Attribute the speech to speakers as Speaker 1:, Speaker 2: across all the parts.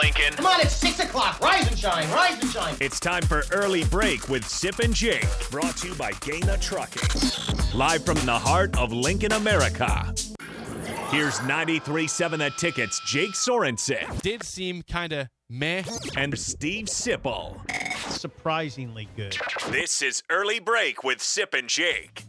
Speaker 1: Lincoln.
Speaker 2: Come on, it's 6 o'clock. Rise and shine, rise and shine.
Speaker 1: It's time for Early Break with Sip and Jake, brought to you by Gaina Trucking. Live from the heart of Lincoln, America. Here's 93.7 The Tickets, Jake Sorensen
Speaker 3: did seem kind of meh.
Speaker 1: and Steve Sipple.
Speaker 4: surprisingly good.
Speaker 1: This is Early Break with Sip and Jake.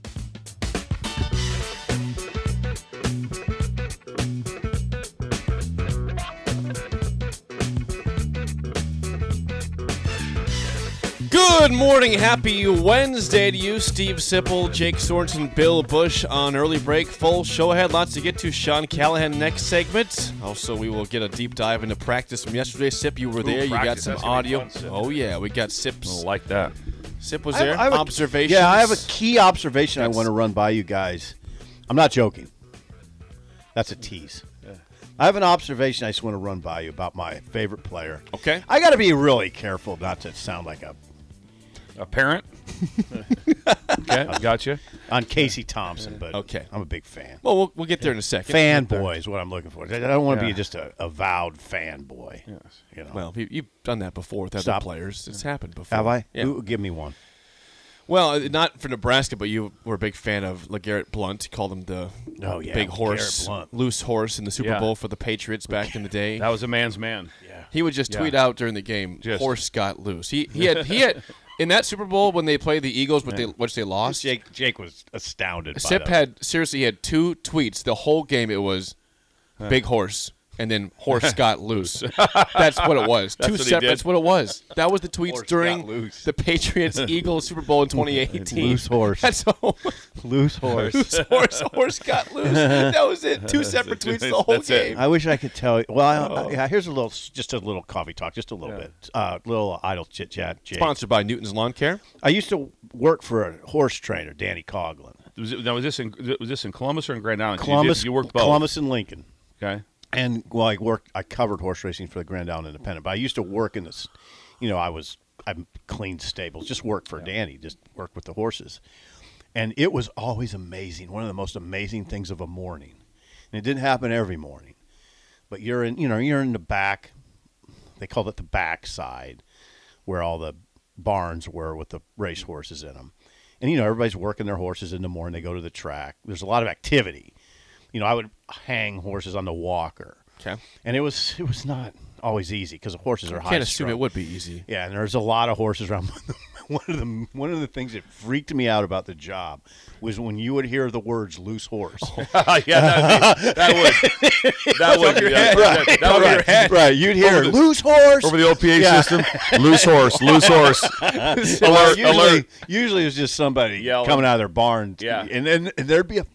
Speaker 3: Good morning, happy Wednesday to you, Steve Sipple, Jake Sorensen, Bill Bush on early break. Full show ahead, lots to get to. Sean Callahan next segment. Also, we will get a deep dive into practice from yesterday. Sip, you were there. you got
Speaker 5: practice.
Speaker 3: some
Speaker 5: That's gonna be
Speaker 3: audio.
Speaker 5: fun, Sip.
Speaker 3: oh yeah, we got Sip's.
Speaker 5: like that.
Speaker 3: Sip was
Speaker 6: I have-
Speaker 3: there.
Speaker 6: I have a-
Speaker 3: Observations.
Speaker 6: Yeah, I have a key observation I want to run by you guys. I'm not joking. That's a tease. I have an observation I just want to run by you about my favorite player.
Speaker 3: Okay.
Speaker 6: I got to be really careful not to sound like a
Speaker 5: A parent. okay, I got you.
Speaker 6: on Casey Thompson, but
Speaker 3: Okay.
Speaker 6: I'm a big fan.
Speaker 3: Well, well, we'll get there in a second.
Speaker 6: Fanboy is what I'm looking for. I don't want to
Speaker 5: Yeah.
Speaker 6: be just a avowed fanboy. Yes. You know?
Speaker 3: Well, you- you've done that before with other
Speaker 6: Stop.
Speaker 3: players. It's happened before.
Speaker 6: have I?
Speaker 3: Yeah.
Speaker 6: Who- give me one.
Speaker 3: Well, uh, not for Nebraska, but you were a big fan of LeGarrette Blunt. You called him the
Speaker 6: Oh, yeah,
Speaker 3: big
Speaker 6: LeGarrette
Speaker 3: horse,
Speaker 6: Blount.
Speaker 3: loose horse in the Super
Speaker 5: Yeah.
Speaker 3: Bowl for the Patriots back in the day.
Speaker 5: That was a man's man.
Speaker 3: He would just tweet
Speaker 5: Yeah.
Speaker 3: out during the game,
Speaker 5: Just-
Speaker 3: "Horse got loose." He he had he had in that Super Bowl when they played the Eagles, but they which they lost.
Speaker 6: Jake Jake was astounded.
Speaker 3: Sip
Speaker 6: by that.
Speaker 3: had seriously he had two tweets the whole game. It was big horse and then horse got loose. That's what it was. two
Speaker 5: what he
Speaker 3: separate.
Speaker 5: did.
Speaker 3: That's what it was. That was the tweets
Speaker 5: Horse
Speaker 3: during
Speaker 5: got loose.
Speaker 3: the Patriots Eagles Super Bowl in 2018.
Speaker 6: Loose horse.
Speaker 3: That's all.
Speaker 6: loose horse.
Speaker 3: loose horse. Horse got loose. That was it. Two separate tweets the whole
Speaker 5: That's it.
Speaker 3: game.
Speaker 6: I wish I could tell you. Well, I, I, yeah, here's a little, just a little coffee talk, just a little bit, uh, little idle chit chat. Jake.
Speaker 3: Sponsored by Newton's Lawn Care.
Speaker 6: I used to work for a horse trainer, Danny Coughlin,
Speaker 5: Was it- now was this in was this in Columbus or in Grand Island? You did-
Speaker 6: Columbus.
Speaker 5: You, worked both.
Speaker 6: Columbus and Lincoln.
Speaker 5: Okay.
Speaker 6: And well, I worked. I covered horse racing for the Grand Island Independent, but I used to work in this. You know, I was I cleaned stables, just worked for Danny, just worked with the horses, and it was always amazing. One of the most amazing things of a morning, and it didn't happen every morning, but you're in. You know, you're in the back. They called it the back side, where all the barns were with the race horses in them, and you know everybody's working their horses in the morning. They go to the track. There's a lot of activity. You know, I would hang horses on the walker.
Speaker 3: Okay.
Speaker 6: And it was it was not always easy because the horses are high.
Speaker 3: Can't assume
Speaker 6: strung.
Speaker 3: it would be easy.
Speaker 6: Yeah, and there's a lot of horses around. one of the one of the things that freaked me out about the job was when you would hear the words "loose horse."
Speaker 5: yeah, that, would that would yeah, that- that would be your head.
Speaker 6: right? You'd hear
Speaker 5: Over the-
Speaker 6: "loose horse."
Speaker 5: over the OPA
Speaker 6: Yeah.
Speaker 5: system. Loose horse, loose horse.
Speaker 6: Well,
Speaker 5: alert,
Speaker 6: usually,
Speaker 5: alert.
Speaker 6: Usually it was just somebody
Speaker 5: Yelling.
Speaker 6: coming out of their barn.
Speaker 5: Yeah.
Speaker 6: and then and there'd be a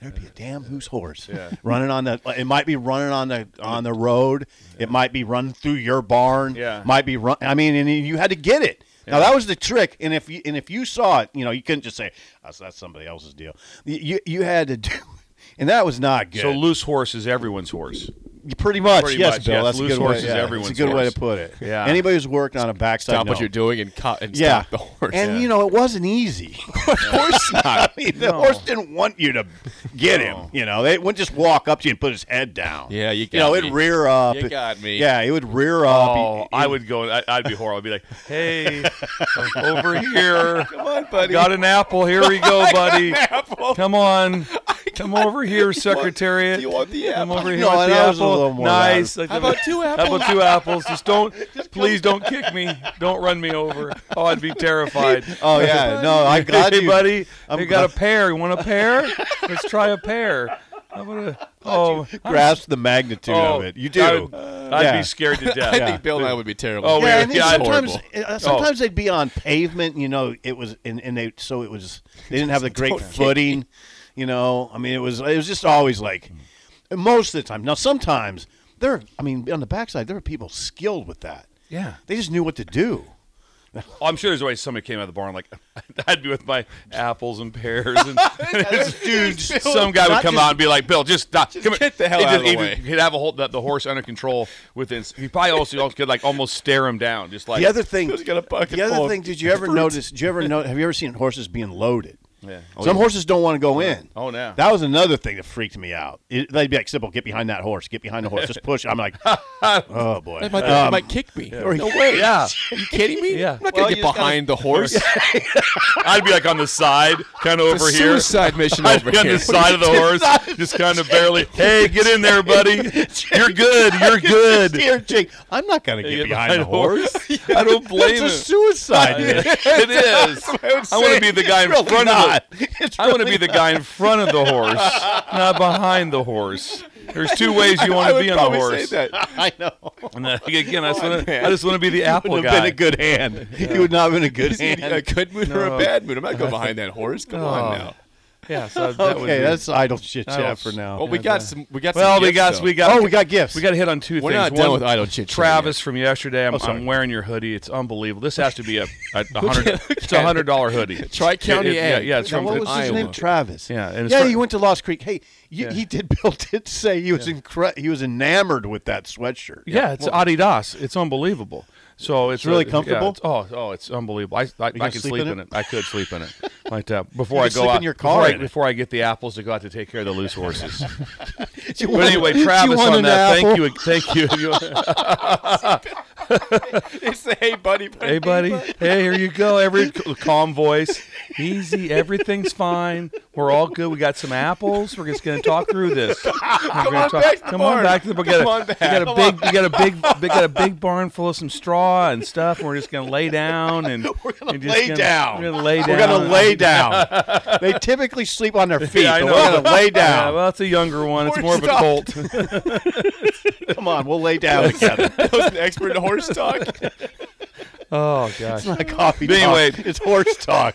Speaker 6: there'd be a damn who's horse running on the. It might be running on the on the road. It might be running through your barn.
Speaker 5: Yeah.
Speaker 6: might be run. I mean, and you had to get it. Now that was the trick, and if you and if you saw it, you know you couldn't just say that's that's somebody else's deal. You you, you had to do, and that was not good.
Speaker 5: So loose horse is everyone's horse.
Speaker 6: pretty much,
Speaker 5: pretty
Speaker 6: yes,
Speaker 5: much,
Speaker 6: Bill.
Speaker 5: yes.
Speaker 6: That's a
Speaker 5: Loose
Speaker 6: good way.
Speaker 5: horse is
Speaker 6: yeah, that's a
Speaker 5: everyone's
Speaker 6: good way
Speaker 5: horse.
Speaker 6: to put it.
Speaker 5: Yeah.
Speaker 6: Anybody who's working on a backside,
Speaker 3: Stop what
Speaker 6: no.
Speaker 3: you're doing and, co- and
Speaker 6: Yeah,
Speaker 3: stop the horse.
Speaker 6: And you know, it wasn't easy. of course not. I mean, the horse didn't want you to get him. You know, they wouldn't just walk up to you and put his head down.
Speaker 3: Yeah, you
Speaker 6: you know,
Speaker 3: got
Speaker 6: it'd
Speaker 3: me.
Speaker 6: rear up.
Speaker 3: You got me.
Speaker 6: Yeah, it would rear up.
Speaker 5: Oh,
Speaker 6: It-
Speaker 5: I
Speaker 6: it-
Speaker 5: would go. I, I'd be horrible. I'd be like, "Hey, I'm over here. Come on, buddy. Got an apple. Here we go, buddy. Come on. Come over here, Secretariat.
Speaker 3: Do you want the
Speaker 5: Come
Speaker 3: apple?
Speaker 5: over here
Speaker 6: No,
Speaker 5: with the
Speaker 6: that was a
Speaker 5: apple.
Speaker 6: little more
Speaker 5: nice.
Speaker 3: How about two
Speaker 5: How
Speaker 3: apples?
Speaker 5: about two apples? Just don't. please don't kick me. Don't run me over. Oh, I'd be terrified.
Speaker 6: Oh yeah, no, I got
Speaker 5: hey,
Speaker 6: you,
Speaker 5: buddy.
Speaker 6: I'm
Speaker 5: we got a
Speaker 6: glad-
Speaker 5: pear. You want a pear? Let's try a pear. I'm gonna. Oh,
Speaker 6: Grasp the magnitude
Speaker 5: oh,
Speaker 6: of it. You
Speaker 5: I
Speaker 6: do.
Speaker 5: would- I'd
Speaker 6: Yeah.
Speaker 5: be scared to death.
Speaker 3: I think Bill and I would be terrible.
Speaker 5: Oh, we
Speaker 6: yeah,
Speaker 5: were-
Speaker 6: and then
Speaker 5: yeah, I'd-
Speaker 6: sometimes
Speaker 5: horrible. Oh.
Speaker 6: uh, sometimes they'd be on pavement. You know, it was and, and they so it was they didn't have the great footing. You know, I mean, it was it was just always like and most of the time. Now sometimes there, are- I mean, on the backside there were people skilled with that.
Speaker 5: Yeah.
Speaker 6: they just knew what to do.
Speaker 5: Oh, I'm sure there's always somebody came out of the barn like I'd be with my apples and pears and dude. Some guy would
Speaker 6: Not
Speaker 5: come
Speaker 6: just-
Speaker 5: out and be like, "Bill, just stop. come
Speaker 3: get the hell
Speaker 5: He'd
Speaker 3: out of the
Speaker 5: he'd-
Speaker 3: way.
Speaker 5: He'd have a whole the, the horse under control within. He probably also also could like almost stare him down, just like
Speaker 6: The other thing,
Speaker 3: Who's got a bucket
Speaker 6: the other
Speaker 3: full of
Speaker 6: thing, did you ever
Speaker 3: fruit?
Speaker 6: notice? Did you ever know? Have you ever seen horses being loaded?
Speaker 5: Yeah.
Speaker 6: Some horses don't want to go in.
Speaker 5: Oh, no.
Speaker 6: That was another thing that freaked me out. It, they'd be like, "Simple, get behind that horse. Get behind the horse. Just push." I'm like, "Oh boy."
Speaker 3: They might, they might kick me.
Speaker 6: Or-
Speaker 3: No way.
Speaker 5: Yeah.
Speaker 3: Are you kidding me?
Speaker 5: Yeah.
Speaker 3: I'm not
Speaker 5: Well,
Speaker 3: gonna
Speaker 5: you
Speaker 3: get
Speaker 5: just gotta-
Speaker 3: behind the horse.
Speaker 5: I'd be like on the side, kind of
Speaker 3: It's a
Speaker 5: over here.
Speaker 3: Suicide mission
Speaker 5: I'd
Speaker 3: over
Speaker 5: be on
Speaker 3: here.
Speaker 5: the side of the horse, just kind of barely. Hey, get in there, buddy. You're good. You're good.
Speaker 6: Dear Jake, I'm not gonna get behind the horse.
Speaker 5: I don't blame
Speaker 6: That's a
Speaker 5: it.
Speaker 6: suicide. mission.
Speaker 5: It is. I want to be the guy in
Speaker 6: Really
Speaker 5: front
Speaker 6: not.
Speaker 5: of the.
Speaker 6: It's
Speaker 5: I want to
Speaker 6: really
Speaker 5: be the guy in front of the horse, not behind the horse. There's two ways you want to be on the horse.
Speaker 6: I know.
Speaker 5: And uh, again, I just want to. I just want to be the apple
Speaker 6: Would have
Speaker 5: guy.
Speaker 6: been a good hand. You would not have been a good hand.
Speaker 3: a good mood or a bad mood. I'm not going behind that horse. Come on now.
Speaker 5: yeah. So that would
Speaker 6: Okay,
Speaker 5: be-
Speaker 6: that's idle chit
Speaker 5: Idle
Speaker 6: chat for
Speaker 5: sh-
Speaker 6: now.
Speaker 3: Well, we got some. We got.
Speaker 5: well,
Speaker 3: some
Speaker 5: we
Speaker 3: gifts,
Speaker 5: got
Speaker 3: though.
Speaker 5: we got
Speaker 6: oh, we got gifts.
Speaker 5: we got to hit on two
Speaker 3: We're
Speaker 5: things.
Speaker 3: not done
Speaker 5: One-
Speaker 3: with idle chit.
Speaker 5: Travis from yesterday. I'm,
Speaker 6: Oh, sorry.
Speaker 5: I'm wearing your hoodie. It's unbelievable. This has to be a, a, a hundred. it's a hundred dollar hoodie.
Speaker 3: Tri County
Speaker 5: It- it- yeah,
Speaker 3: Ag.
Speaker 5: yeah, it's
Speaker 6: Now,
Speaker 5: from
Speaker 6: what was
Speaker 5: it's-
Speaker 6: his
Speaker 3: Iowa.
Speaker 6: name? Travis.
Speaker 5: Yeah, and it's
Speaker 6: yeah.
Speaker 5: fr-
Speaker 6: He went to Lost Creek. Hey, you,
Speaker 5: Yeah.
Speaker 6: he did. Bill did say he was incre- He was enamored with that sweatshirt.
Speaker 5: Yeah, it's Adidas. It's unbelievable. So it's
Speaker 6: really
Speaker 5: yeah,
Speaker 6: comfortable?
Speaker 5: it's- oh, oh, it's unbelievable. I, I, I
Speaker 6: gonna
Speaker 5: can
Speaker 6: sleep
Speaker 5: sleep
Speaker 6: in
Speaker 5: in
Speaker 6: it?
Speaker 5: it. I could sleep in it like that before
Speaker 6: You
Speaker 5: I
Speaker 6: could
Speaker 5: go
Speaker 6: sleep in
Speaker 5: out
Speaker 6: your car
Speaker 5: Before,
Speaker 6: in
Speaker 5: I,
Speaker 6: it.
Speaker 5: before I get the apples to go out to take care of the loose horses.
Speaker 6: You
Speaker 5: but
Speaker 6: want-
Speaker 5: anyway,
Speaker 6: you
Speaker 5: Travis
Speaker 6: want
Speaker 5: on
Speaker 6: an
Speaker 5: that.
Speaker 6: apple?
Speaker 5: Thank you. Thank you.
Speaker 3: It's the hey buddy.
Speaker 5: hey, buddy. Hey, here you go. Every calm voice, easy. Everything's fine. We're all good. We got some apples. We're just gonna talk through this. Come on
Speaker 3: back to the
Speaker 5: Come
Speaker 3: barn.
Speaker 5: on back to the. We got
Speaker 3: Come on
Speaker 5: a, we got a big. We got a big. We got a big barn full of some straw and stuff. and We're just gonna lay down and
Speaker 6: We're gonna
Speaker 5: and just
Speaker 6: lay down.
Speaker 5: We're gonna lay down.
Speaker 6: We're gonna lay down. they typically sleep on their feet.
Speaker 5: Yeah, I
Speaker 6: but
Speaker 5: know.
Speaker 6: we're gonna lay
Speaker 5: Yeah,
Speaker 6: down.
Speaker 5: well, it's a younger one. It's
Speaker 6: We're
Speaker 5: more of a
Speaker 6: stuck.
Speaker 5: colt.
Speaker 6: Come on, we'll lay down together.
Speaker 3: an expert in horse talk.
Speaker 5: Oh gosh.
Speaker 6: Not coffee.
Speaker 5: But anyway-
Speaker 6: talk. it's horse talk.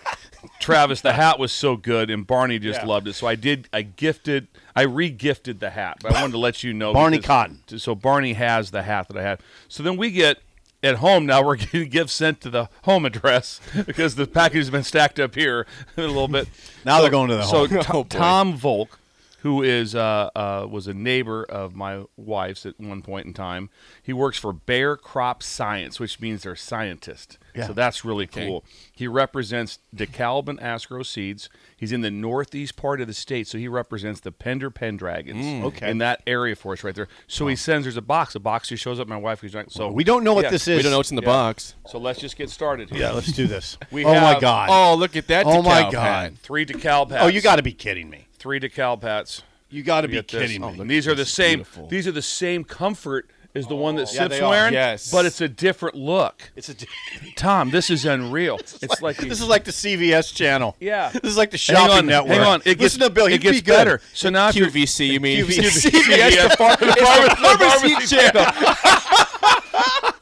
Speaker 5: Travis, the hat was so good, and Barney just loved it. So I did. I gifted. I re-gifted the hat, but I wanted to let you know
Speaker 6: Barney
Speaker 5: because-
Speaker 6: Cotton.
Speaker 5: So Barney has the hat that I had. So then we get at home now. We're getting gifts sent to the home address because the package has been stacked up here a little bit.
Speaker 6: Now they're going to the
Speaker 5: so
Speaker 6: home.
Speaker 5: To- Tom Volk, who is uh, uh, was a neighbor of my wife's at one point in time, he works for Bear Crop Science, which means they're scientists.
Speaker 6: Yeah.
Speaker 5: So that's really cool. He represents DeKalb and Ascro Seeds. He's in the northeast part of the state, so he represents the Pender Pendragons
Speaker 6: Mm, okay.
Speaker 5: in that area for us right there. So he sends, there's a box. A box just shows up. My wife goes, like, so
Speaker 6: We don't know what
Speaker 5: Yeah,
Speaker 6: this is.
Speaker 3: We don't know what's in the
Speaker 5: Yeah.
Speaker 3: box.
Speaker 5: So let's just get started here.
Speaker 6: Yeah, let's do this.
Speaker 5: We
Speaker 6: oh my
Speaker 5: have-
Speaker 6: god.
Speaker 3: Oh, look at that.
Speaker 6: Oh, my
Speaker 3: decal
Speaker 6: God.
Speaker 3: pad.
Speaker 5: Three DeKalb hats.
Speaker 6: oh, you got to be kidding me.
Speaker 5: three DeKalb hats.
Speaker 6: You got to
Speaker 5: You
Speaker 6: be
Speaker 5: get this.
Speaker 6: kidding
Speaker 5: Oh,
Speaker 6: me.
Speaker 5: and these are the same.
Speaker 3: beautiful.
Speaker 5: These are the same comfort as the one that
Speaker 6: Oh, Yeah,
Speaker 5: Sip's
Speaker 6: they are.
Speaker 5: wearing.
Speaker 3: Yes.
Speaker 5: but it's a different look.
Speaker 6: It's a,
Speaker 5: Tom, this is unreal. it's like,
Speaker 6: this is like the CVS channel.
Speaker 5: Yeah.
Speaker 6: This is like the
Speaker 5: hang
Speaker 6: shopping
Speaker 5: on,
Speaker 6: network.
Speaker 5: hang on. It gets,
Speaker 6: Listen to Bill.
Speaker 5: It
Speaker 6: He'd
Speaker 5: gets
Speaker 6: be good.
Speaker 5: better. So now if you're
Speaker 3: QVC, you mean?
Speaker 5: CVS, the far- the pharmacy- the pharmacy channel.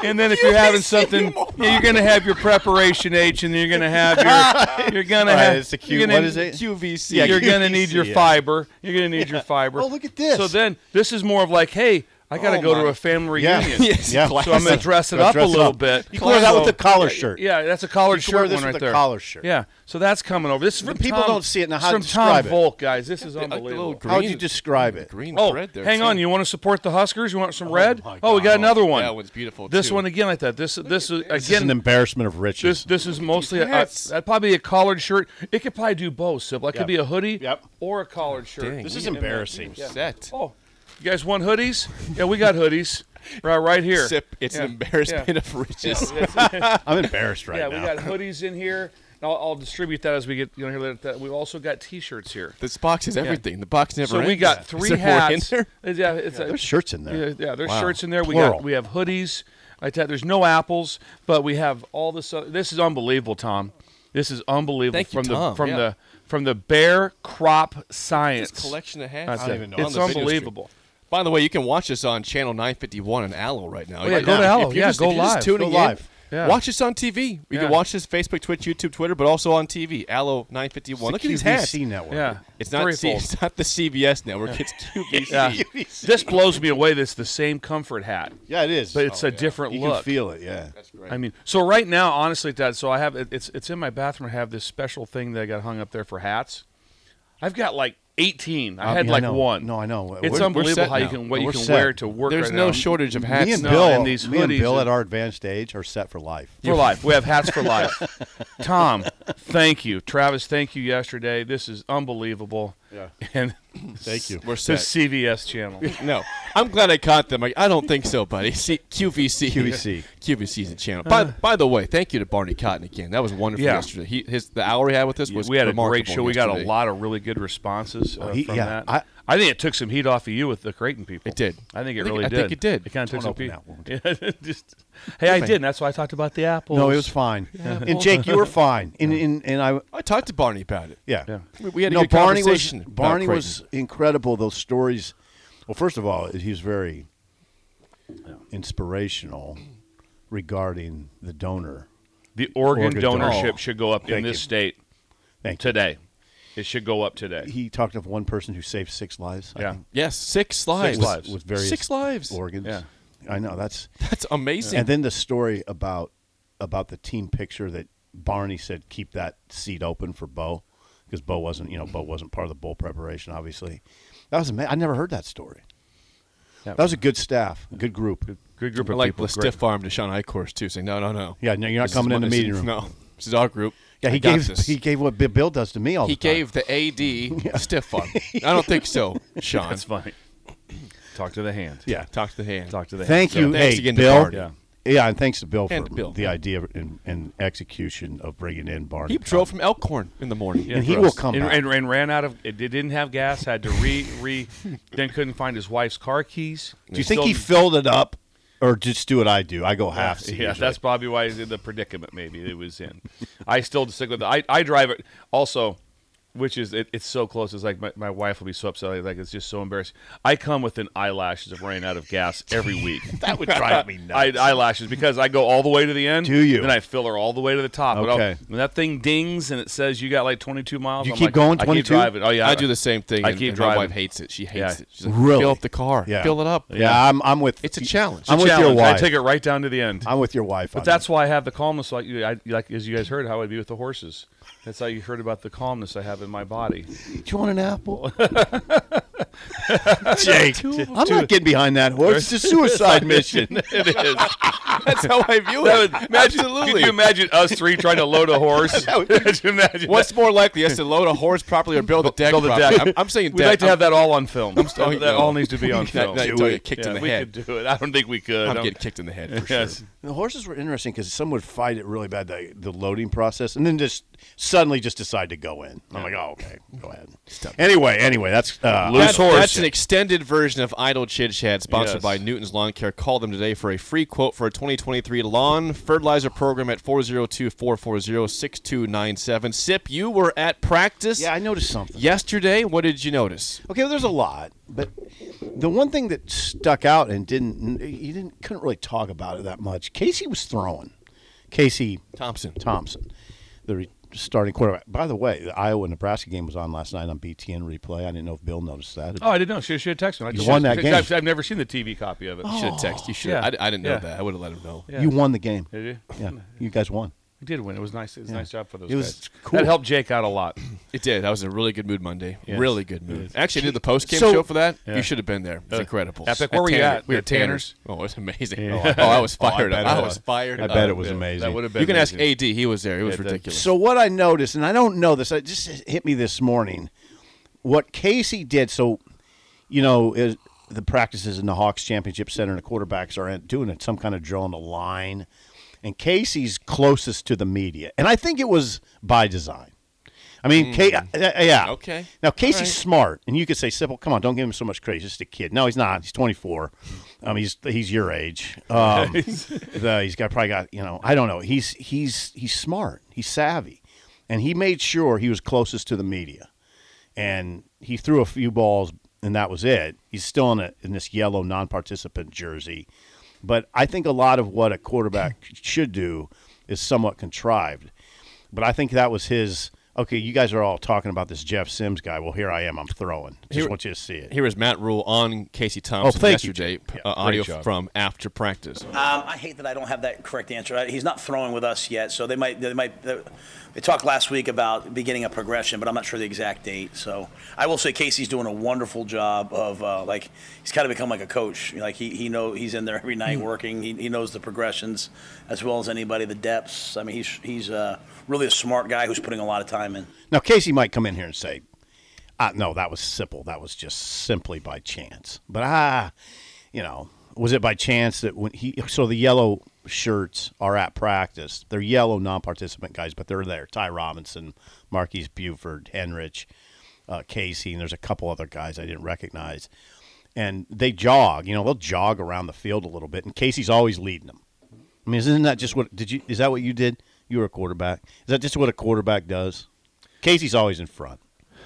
Speaker 5: And then if you're having something, yeah, you're gonna have your preparation H, and then you're gonna have your, you're gonna
Speaker 6: All right,
Speaker 5: have,
Speaker 6: it's the
Speaker 5: Uh-huh. you're
Speaker 6: Q-
Speaker 5: gonna-
Speaker 6: what is it?
Speaker 3: QVC.
Speaker 6: Yeah,
Speaker 5: you're gonna need your
Speaker 6: QVC, yeah.
Speaker 5: fiber. You're gonna need your fiber.
Speaker 6: Oh, look at this.
Speaker 5: So then this is more of like, hey, I gotta
Speaker 3: Oh,
Speaker 5: go to
Speaker 3: my-
Speaker 5: a family
Speaker 6: Yeah.
Speaker 5: reunion.
Speaker 3: Yes,
Speaker 6: Yeah.
Speaker 5: So I'm gonna dress it
Speaker 6: Gotta
Speaker 5: up
Speaker 6: dress
Speaker 5: a
Speaker 6: it
Speaker 5: little
Speaker 6: up.
Speaker 5: bit.
Speaker 6: You can wear that with
Speaker 5: So-
Speaker 6: a collar shirt.
Speaker 5: Yeah, that's a collared
Speaker 6: You
Speaker 5: shirt
Speaker 6: can wear this
Speaker 5: one right
Speaker 6: with a
Speaker 5: there.
Speaker 6: collared shirt.
Speaker 5: Yeah, so that's coming over. This is from
Speaker 6: people
Speaker 5: Tom-
Speaker 6: don't see it. Now,
Speaker 5: it's
Speaker 6: how to
Speaker 5: from
Speaker 6: describe
Speaker 5: Tom
Speaker 6: it?
Speaker 5: Volk, guys. This is
Speaker 3: like the
Speaker 5: unbelievable.
Speaker 3: little
Speaker 6: How would
Speaker 3: Green-
Speaker 6: you describe it?
Speaker 3: Green
Speaker 5: Oh,
Speaker 3: thread there.
Speaker 5: hang on!
Speaker 3: too.
Speaker 5: You want to support the Huskers? You want some red?
Speaker 6: my
Speaker 5: oh, we got
Speaker 6: God.
Speaker 5: another one.
Speaker 3: That one's beautiful,
Speaker 5: This
Speaker 3: too.
Speaker 5: one again, like that. This this is
Speaker 6: This is an
Speaker 5: again.
Speaker 6: embarrassment of riches.
Speaker 5: This this is mostly a,
Speaker 3: hats.
Speaker 5: that'd probably be a collared shirt. It could probably do both. So it could be a hoodie
Speaker 6: Yep.
Speaker 5: or a collared shirt.
Speaker 3: Dang.
Speaker 6: This is embarrassing.
Speaker 3: Set.
Speaker 5: Oh, you guys want hoodies? Yeah, we got hoodies right right here.
Speaker 3: Sip. It's
Speaker 5: Yeah.
Speaker 3: an embarrassment
Speaker 5: Yeah.
Speaker 3: of riches.
Speaker 6: I'm embarrassed right
Speaker 5: yeah, we
Speaker 6: now.
Speaker 5: got hoodies in here. And I'll, I'll distribute that as we get you know here later. That we've also got T-shirts here.
Speaker 3: This box is everything. The box never
Speaker 5: So
Speaker 3: ends.
Speaker 5: we got
Speaker 3: Is
Speaker 5: three
Speaker 3: there more in
Speaker 5: hats.
Speaker 3: there?
Speaker 5: Yeah, it's a,
Speaker 6: There's shirts in there.
Speaker 5: Yeah, yeah there's
Speaker 3: Wow.
Speaker 5: shirts in there. We
Speaker 6: Plural.
Speaker 5: got we have hoodies. Like that. There's no apples, but we have all this. oth- this is unbelievable, Tom. This is unbelievable
Speaker 3: Thank you,
Speaker 5: from the
Speaker 3: Tom.
Speaker 5: from
Speaker 3: Yeah.
Speaker 5: the from the bear crop science
Speaker 3: This collection of hats.
Speaker 5: That's
Speaker 3: I don't
Speaker 5: it.
Speaker 3: even know.
Speaker 5: It's
Speaker 3: On the video
Speaker 5: unbelievable.
Speaker 3: By the way, you can watch us on channel 951 on Allo right now.
Speaker 5: Oh, yeah,
Speaker 3: Right
Speaker 5: go
Speaker 3: now.
Speaker 5: to Allo.
Speaker 3: If you're
Speaker 5: Yeah,
Speaker 3: just,
Speaker 5: go
Speaker 3: if you're
Speaker 5: live.
Speaker 3: Just tuning
Speaker 6: Go live.
Speaker 3: In,
Speaker 5: Yeah.
Speaker 3: Watch us on TV. You
Speaker 5: Yeah.
Speaker 3: can watch us Facebook, Twitch, YouTube, Twitter, but also on TV. Allo 951. Look at these hats.
Speaker 6: QVC network.
Speaker 5: yeah,
Speaker 3: It's not, C,
Speaker 5: threefold.
Speaker 3: it's not the CBS network. It's QVC.
Speaker 5: Yeah. this blows me away. That's the same comfort hat,
Speaker 6: Yeah, it is.
Speaker 5: but it's a different
Speaker 6: you can
Speaker 5: look.
Speaker 6: feel it. Yeah.
Speaker 5: I mean, so right now, honestly, Dad. So I have it- it's it's in my bathroom. I have this special thing that I got hung up there for hats. I've got like eighteen. I
Speaker 6: Uh,
Speaker 5: had
Speaker 6: yeah, I
Speaker 5: like
Speaker 6: know.
Speaker 5: one.
Speaker 6: No, I know.
Speaker 5: It's
Speaker 6: We're- we're
Speaker 5: unbelievable
Speaker 3: set
Speaker 5: how you
Speaker 3: now.
Speaker 5: can what you
Speaker 6: We're
Speaker 5: can
Speaker 6: set.
Speaker 5: wear to work.
Speaker 3: There's
Speaker 5: right
Speaker 3: no
Speaker 5: now.
Speaker 3: shortage of hats.
Speaker 6: me and
Speaker 5: no,
Speaker 6: Bill,
Speaker 5: and these
Speaker 6: me and
Speaker 5: hoodies
Speaker 6: Bill
Speaker 5: and-
Speaker 6: at our advanced age are set for life.
Speaker 5: for life. We have hats for life. Tom, thank you, Travis. Thank you yesterday. This is unbelievable.
Speaker 6: Yeah.
Speaker 5: And
Speaker 6: Thank you.
Speaker 5: We're
Speaker 3: set.
Speaker 5: the CVS channel.
Speaker 3: No, I'm glad I caught them. I, I don't think so, buddy. See, QVC,
Speaker 6: QVC.
Speaker 3: QVC is a channel. By, by the way, thank you to Barney Cotton again. That was wonderful
Speaker 5: Yeah.
Speaker 3: yesterday. He, his the hour he had with us was
Speaker 5: we had a great
Speaker 3: remarkable
Speaker 5: show. We got a
Speaker 3: yesterday.
Speaker 5: lot of really good responses uh,
Speaker 6: he-
Speaker 5: from
Speaker 6: yeah,
Speaker 5: that. I,
Speaker 6: I-
Speaker 5: think it took some heat off of you with the Creighton people.
Speaker 3: It did.
Speaker 5: I think
Speaker 3: I
Speaker 5: it
Speaker 3: think-
Speaker 5: really
Speaker 3: I
Speaker 5: did.
Speaker 3: think it did.
Speaker 5: It kind of took some
Speaker 6: open
Speaker 5: heat.
Speaker 6: that one.
Speaker 5: Yeah, just, hey, I did. And that's why I talked about the apples.
Speaker 6: No, it was fine. and Jake, you were fine. And and, and I
Speaker 3: I talked to Barney about it.
Speaker 6: yeah.
Speaker 5: Yeah.
Speaker 3: We- we had a
Speaker 6: no,
Speaker 3: good
Speaker 6: Barney was
Speaker 3: conversation about
Speaker 6: Barney
Speaker 3: Creighton.
Speaker 6: was incredible. Those stories. Well, first of all, he was very inspirational regarding the donor.
Speaker 5: the organ,
Speaker 6: Organ
Speaker 5: donorship
Speaker 6: donor.
Speaker 5: should go up in
Speaker 6: Thank
Speaker 5: this
Speaker 6: you.
Speaker 5: state
Speaker 6: Thank you.
Speaker 5: today. It should go up today.
Speaker 6: He talked of one person who saved six lives. I
Speaker 5: Yeah.
Speaker 6: think,
Speaker 3: Yes, six lives.
Speaker 6: with,
Speaker 5: lives.
Speaker 6: with various
Speaker 3: Six lives.
Speaker 6: organs.
Speaker 5: Yeah.
Speaker 6: I know that's
Speaker 3: That's amazing.
Speaker 6: and then the story about about the team picture that Barney said keep that seat open for Bo because Bo wasn't you know Bo wasn't part of the bowl preparation obviously. That was amazing. I never heard that story.
Speaker 5: Yeah.
Speaker 6: That was a good staff, good group.
Speaker 5: Good group
Speaker 3: I
Speaker 5: of
Speaker 3: like
Speaker 5: people.
Speaker 3: the
Speaker 5: Great.
Speaker 3: stiff arm to Sean Eichhorst too, saying no, no, no.
Speaker 6: Yeah, no, you're not
Speaker 3: This is
Speaker 6: coming
Speaker 3: my-
Speaker 6: in the
Speaker 3: this is-
Speaker 6: meeting room.
Speaker 3: No, this is our group.
Speaker 6: Yeah, he
Speaker 3: I got
Speaker 6: gave
Speaker 3: this.
Speaker 6: he gave what Bi- Bill does to me all
Speaker 3: He
Speaker 6: the time.
Speaker 3: gave the AD stiff arm. I don't think so, Sean.
Speaker 5: That's funny. Talk to the hand.
Speaker 6: yeah.
Speaker 3: Talk to the hand.
Speaker 5: Talk to the hand.
Speaker 6: Thank
Speaker 3: So
Speaker 6: you,
Speaker 3: thanks
Speaker 6: hey,
Speaker 3: again to
Speaker 6: Bill.
Speaker 3: Barney.
Speaker 6: yeah.
Speaker 5: Yeah.
Speaker 6: and thanks to Bill
Speaker 3: And
Speaker 6: for
Speaker 3: to Bill.
Speaker 6: the idea and, and execution of bringing in Barney.
Speaker 3: He drove from Elkhorn in the morning.
Speaker 5: Yeah,
Speaker 6: and he
Speaker 5: for
Speaker 6: will
Speaker 5: us.
Speaker 6: come
Speaker 5: and,
Speaker 6: back.
Speaker 5: and, and ran out of. It didn't have gas. Had to re re. then couldn't find his wife's car keys.
Speaker 6: Do you think he filled it up, or just do what I do? I go half.
Speaker 5: Yeah, that's probably why he's in the predicament. Maybe it was in. I still stick with. The, I I drive it also, which is it, it's so close. It's like my, my wife will be so upset. Like it's just so embarrassing. I come within eyelashes of running out of gas every week.
Speaker 6: that would drive me nuts.
Speaker 5: I, eyelashes because I go all the way to the end.
Speaker 6: Do you?
Speaker 5: Then I fill her all the way to the top. But I'll-
Speaker 6: Okay.
Speaker 5: When that thing dings and it says you got like 22 miles,
Speaker 6: You
Speaker 5: I'm
Speaker 6: keep
Speaker 5: like,
Speaker 6: going,
Speaker 5: I keep
Speaker 6: 22?
Speaker 5: driving. Oh yeah,
Speaker 3: I do the same thing.
Speaker 5: I
Speaker 3: and-
Speaker 5: keep
Speaker 3: and
Speaker 5: driving.
Speaker 3: My wife hates it. She hates
Speaker 5: Yeah.
Speaker 3: it. She's like,
Speaker 6: Really?
Speaker 3: Fill up the car.
Speaker 6: Yeah.
Speaker 3: Fill it up.
Speaker 6: Yeah, I'm, I'm with.
Speaker 3: It's a challenge.
Speaker 6: I'm
Speaker 3: It's a
Speaker 6: with your
Speaker 5: Challenge.
Speaker 6: wife.
Speaker 5: I take it right down to the end.
Speaker 6: I'm with your wife.
Speaker 5: But that's why I have the calmness, like you, I, like as you guys heard, how I'd be with the horses. That's how you heard about the calmness I have in my body.
Speaker 6: Do you want an apple, Jake? I'm not getting behind that horse. It's a suicide mission.
Speaker 5: It is.
Speaker 3: That's how I view it. Absolutely.
Speaker 5: Can you imagine us three trying to load a horse? Could you imagine
Speaker 3: What's more likely, us to load a horse properly or build the deck?
Speaker 5: Build the
Speaker 3: properly?
Speaker 5: deck.
Speaker 3: I'm, I'm saying
Speaker 5: We'd
Speaker 3: deck.
Speaker 5: like to
Speaker 3: I'm-
Speaker 5: have that all on film.
Speaker 3: oh,
Speaker 5: that
Speaker 3: no.
Speaker 5: all needs to be on
Speaker 3: That-
Speaker 5: film.
Speaker 3: that- until you kicked
Speaker 5: yeah,
Speaker 3: in the
Speaker 5: we
Speaker 3: head.
Speaker 5: could do it. I don't think we could.
Speaker 3: I'm
Speaker 5: I'm-
Speaker 3: getting kicked in the head for sure.
Speaker 5: Yes.
Speaker 6: the horses were interesting because some would fight it really bad the, the loading process, and then just suddenly just decide to go in. I'm like, oh okay, go ahead. Anyway, anyway, that's uh,
Speaker 5: Loose
Speaker 3: That-
Speaker 5: horse.
Speaker 3: That's an extended version of Idle Chit Chat, sponsored
Speaker 5: Yes.
Speaker 3: by Newton's Lawn Care. Call them today for a free quote for a 2023 lawn fertilizer program at 402-440-6297. Sip, you were at practice
Speaker 6: yeah, I noticed something.
Speaker 3: yesterday. What did you notice?
Speaker 6: Okay, well, there's a lot, but the one thing that stuck out and didn't you didn't couldn't really talk about it that much. Casey was throwing. Casey
Speaker 3: Thompson.
Speaker 6: Thompson, the re- starting quarterback. By the way, the Iowa Nebraska game was on last night on BTN replay. I didn't know if Bill noticed that.
Speaker 5: Oh, I didn't know. She should have texted me. I just-
Speaker 6: won that
Speaker 5: I've-
Speaker 6: game.
Speaker 5: I've, I've never seen the TV copy of it.
Speaker 3: You should have texted. You should.
Speaker 5: Yeah.
Speaker 3: I, I didn't know
Speaker 5: Yeah.
Speaker 3: that. I would have let him know.
Speaker 5: Yeah.
Speaker 6: You won the game.
Speaker 5: Did you?
Speaker 6: Yeah, you guys won.
Speaker 5: We did win. It was nice. It was a nice job for those
Speaker 6: It was
Speaker 5: guys.
Speaker 6: cool.
Speaker 5: That helped Jake out a lot.
Speaker 3: It did. I was in a really good mood Monday.
Speaker 5: Yes.
Speaker 3: Really good mood. Actually, I did the post game
Speaker 6: So-
Speaker 3: show for that.
Speaker 5: Yeah.
Speaker 3: You should have been there. It's incredible.
Speaker 5: Epic. Where were you
Speaker 3: Tanner-
Speaker 5: at?
Speaker 3: We were
Speaker 5: At Tanner's?
Speaker 3: Tanner's. Oh, it was amazing.
Speaker 5: Yeah.
Speaker 3: Oh, I- oh, I was fired up.
Speaker 6: it
Speaker 3: I
Speaker 6: was.
Speaker 3: was fired
Speaker 6: I
Speaker 3: up.
Speaker 6: bet it was
Speaker 3: Yeah.
Speaker 6: amazing.
Speaker 5: That would have been.
Speaker 3: You can ask
Speaker 5: amazing.
Speaker 3: AD. He was there. It was
Speaker 5: Yeah, that-
Speaker 3: ridiculous.
Speaker 6: So what I noticed, and I don't know this, it just hit me this morning. What Casey did, so you know, is the practices in the Hawks Championship Center and the quarterbacks are in- doing it, some kind of drill on the line, and Casey's closest to the media, and I think it was by design. I mean, Ca- uh, uh, yeah.
Speaker 3: Okay.
Speaker 6: Now Casey's smart, and you could say, "Simple, come on, don't give him so much credit. He's just a kid." No, he's not. He's 24. Um, he's he's your age. Um, the, he's got probably got you know, I don't know. He's he's he's smart. He's savvy, and he made sure he was closest to the media, and he threw a few balls, and that was it. He's still in a, in this yellow non-participant jersey, but I think a lot of what a quarterback should do is somewhat contrived. But I think that was his. okay, you guys are all talking about this Jeff Sims guy. Well, here I am. I'm throwing. Just
Speaker 3: Here-
Speaker 6: want you to see it.
Speaker 3: Here is Matt Rule on Casey Thompson
Speaker 6: thank you,
Speaker 3: yesterday.
Speaker 6: Jake. Yeah,
Speaker 3: uh, audio
Speaker 5: job.
Speaker 3: from after practice.
Speaker 7: Um, I hate that I don't have that correct answer. I- He's not throwing with us yet, so they might. They might. They, they talked last week about beginning a progression, but I'm not sure the exact date. So I will say Casey's doing a wonderful job of uh, like he's kind of become like a coach. Like he he know he's in there every night working. He, he knows the progressions as well as anybody. The depths. I mean, he's he's uh, really a smart guy who's putting a lot of time in.
Speaker 6: Now, Casey might come in here and say, uh, no, that was simple. That was just simply by chance. But ah, you know, was it by chance that when he, so the yellow shirts are at practice. They're yellow non participant guys, but they're there. Ty Robinson, Marquise Buford, Henrich, uh, Casey, and there's a couple other guys I didn't recognize. And they jog, you know, they'll jog around the field a little bit, and Casey's always leading them. I mean, isn't that just what did you? Is that what you did? You were a quarterback. Is that just what a quarterback does? Casey's always in front.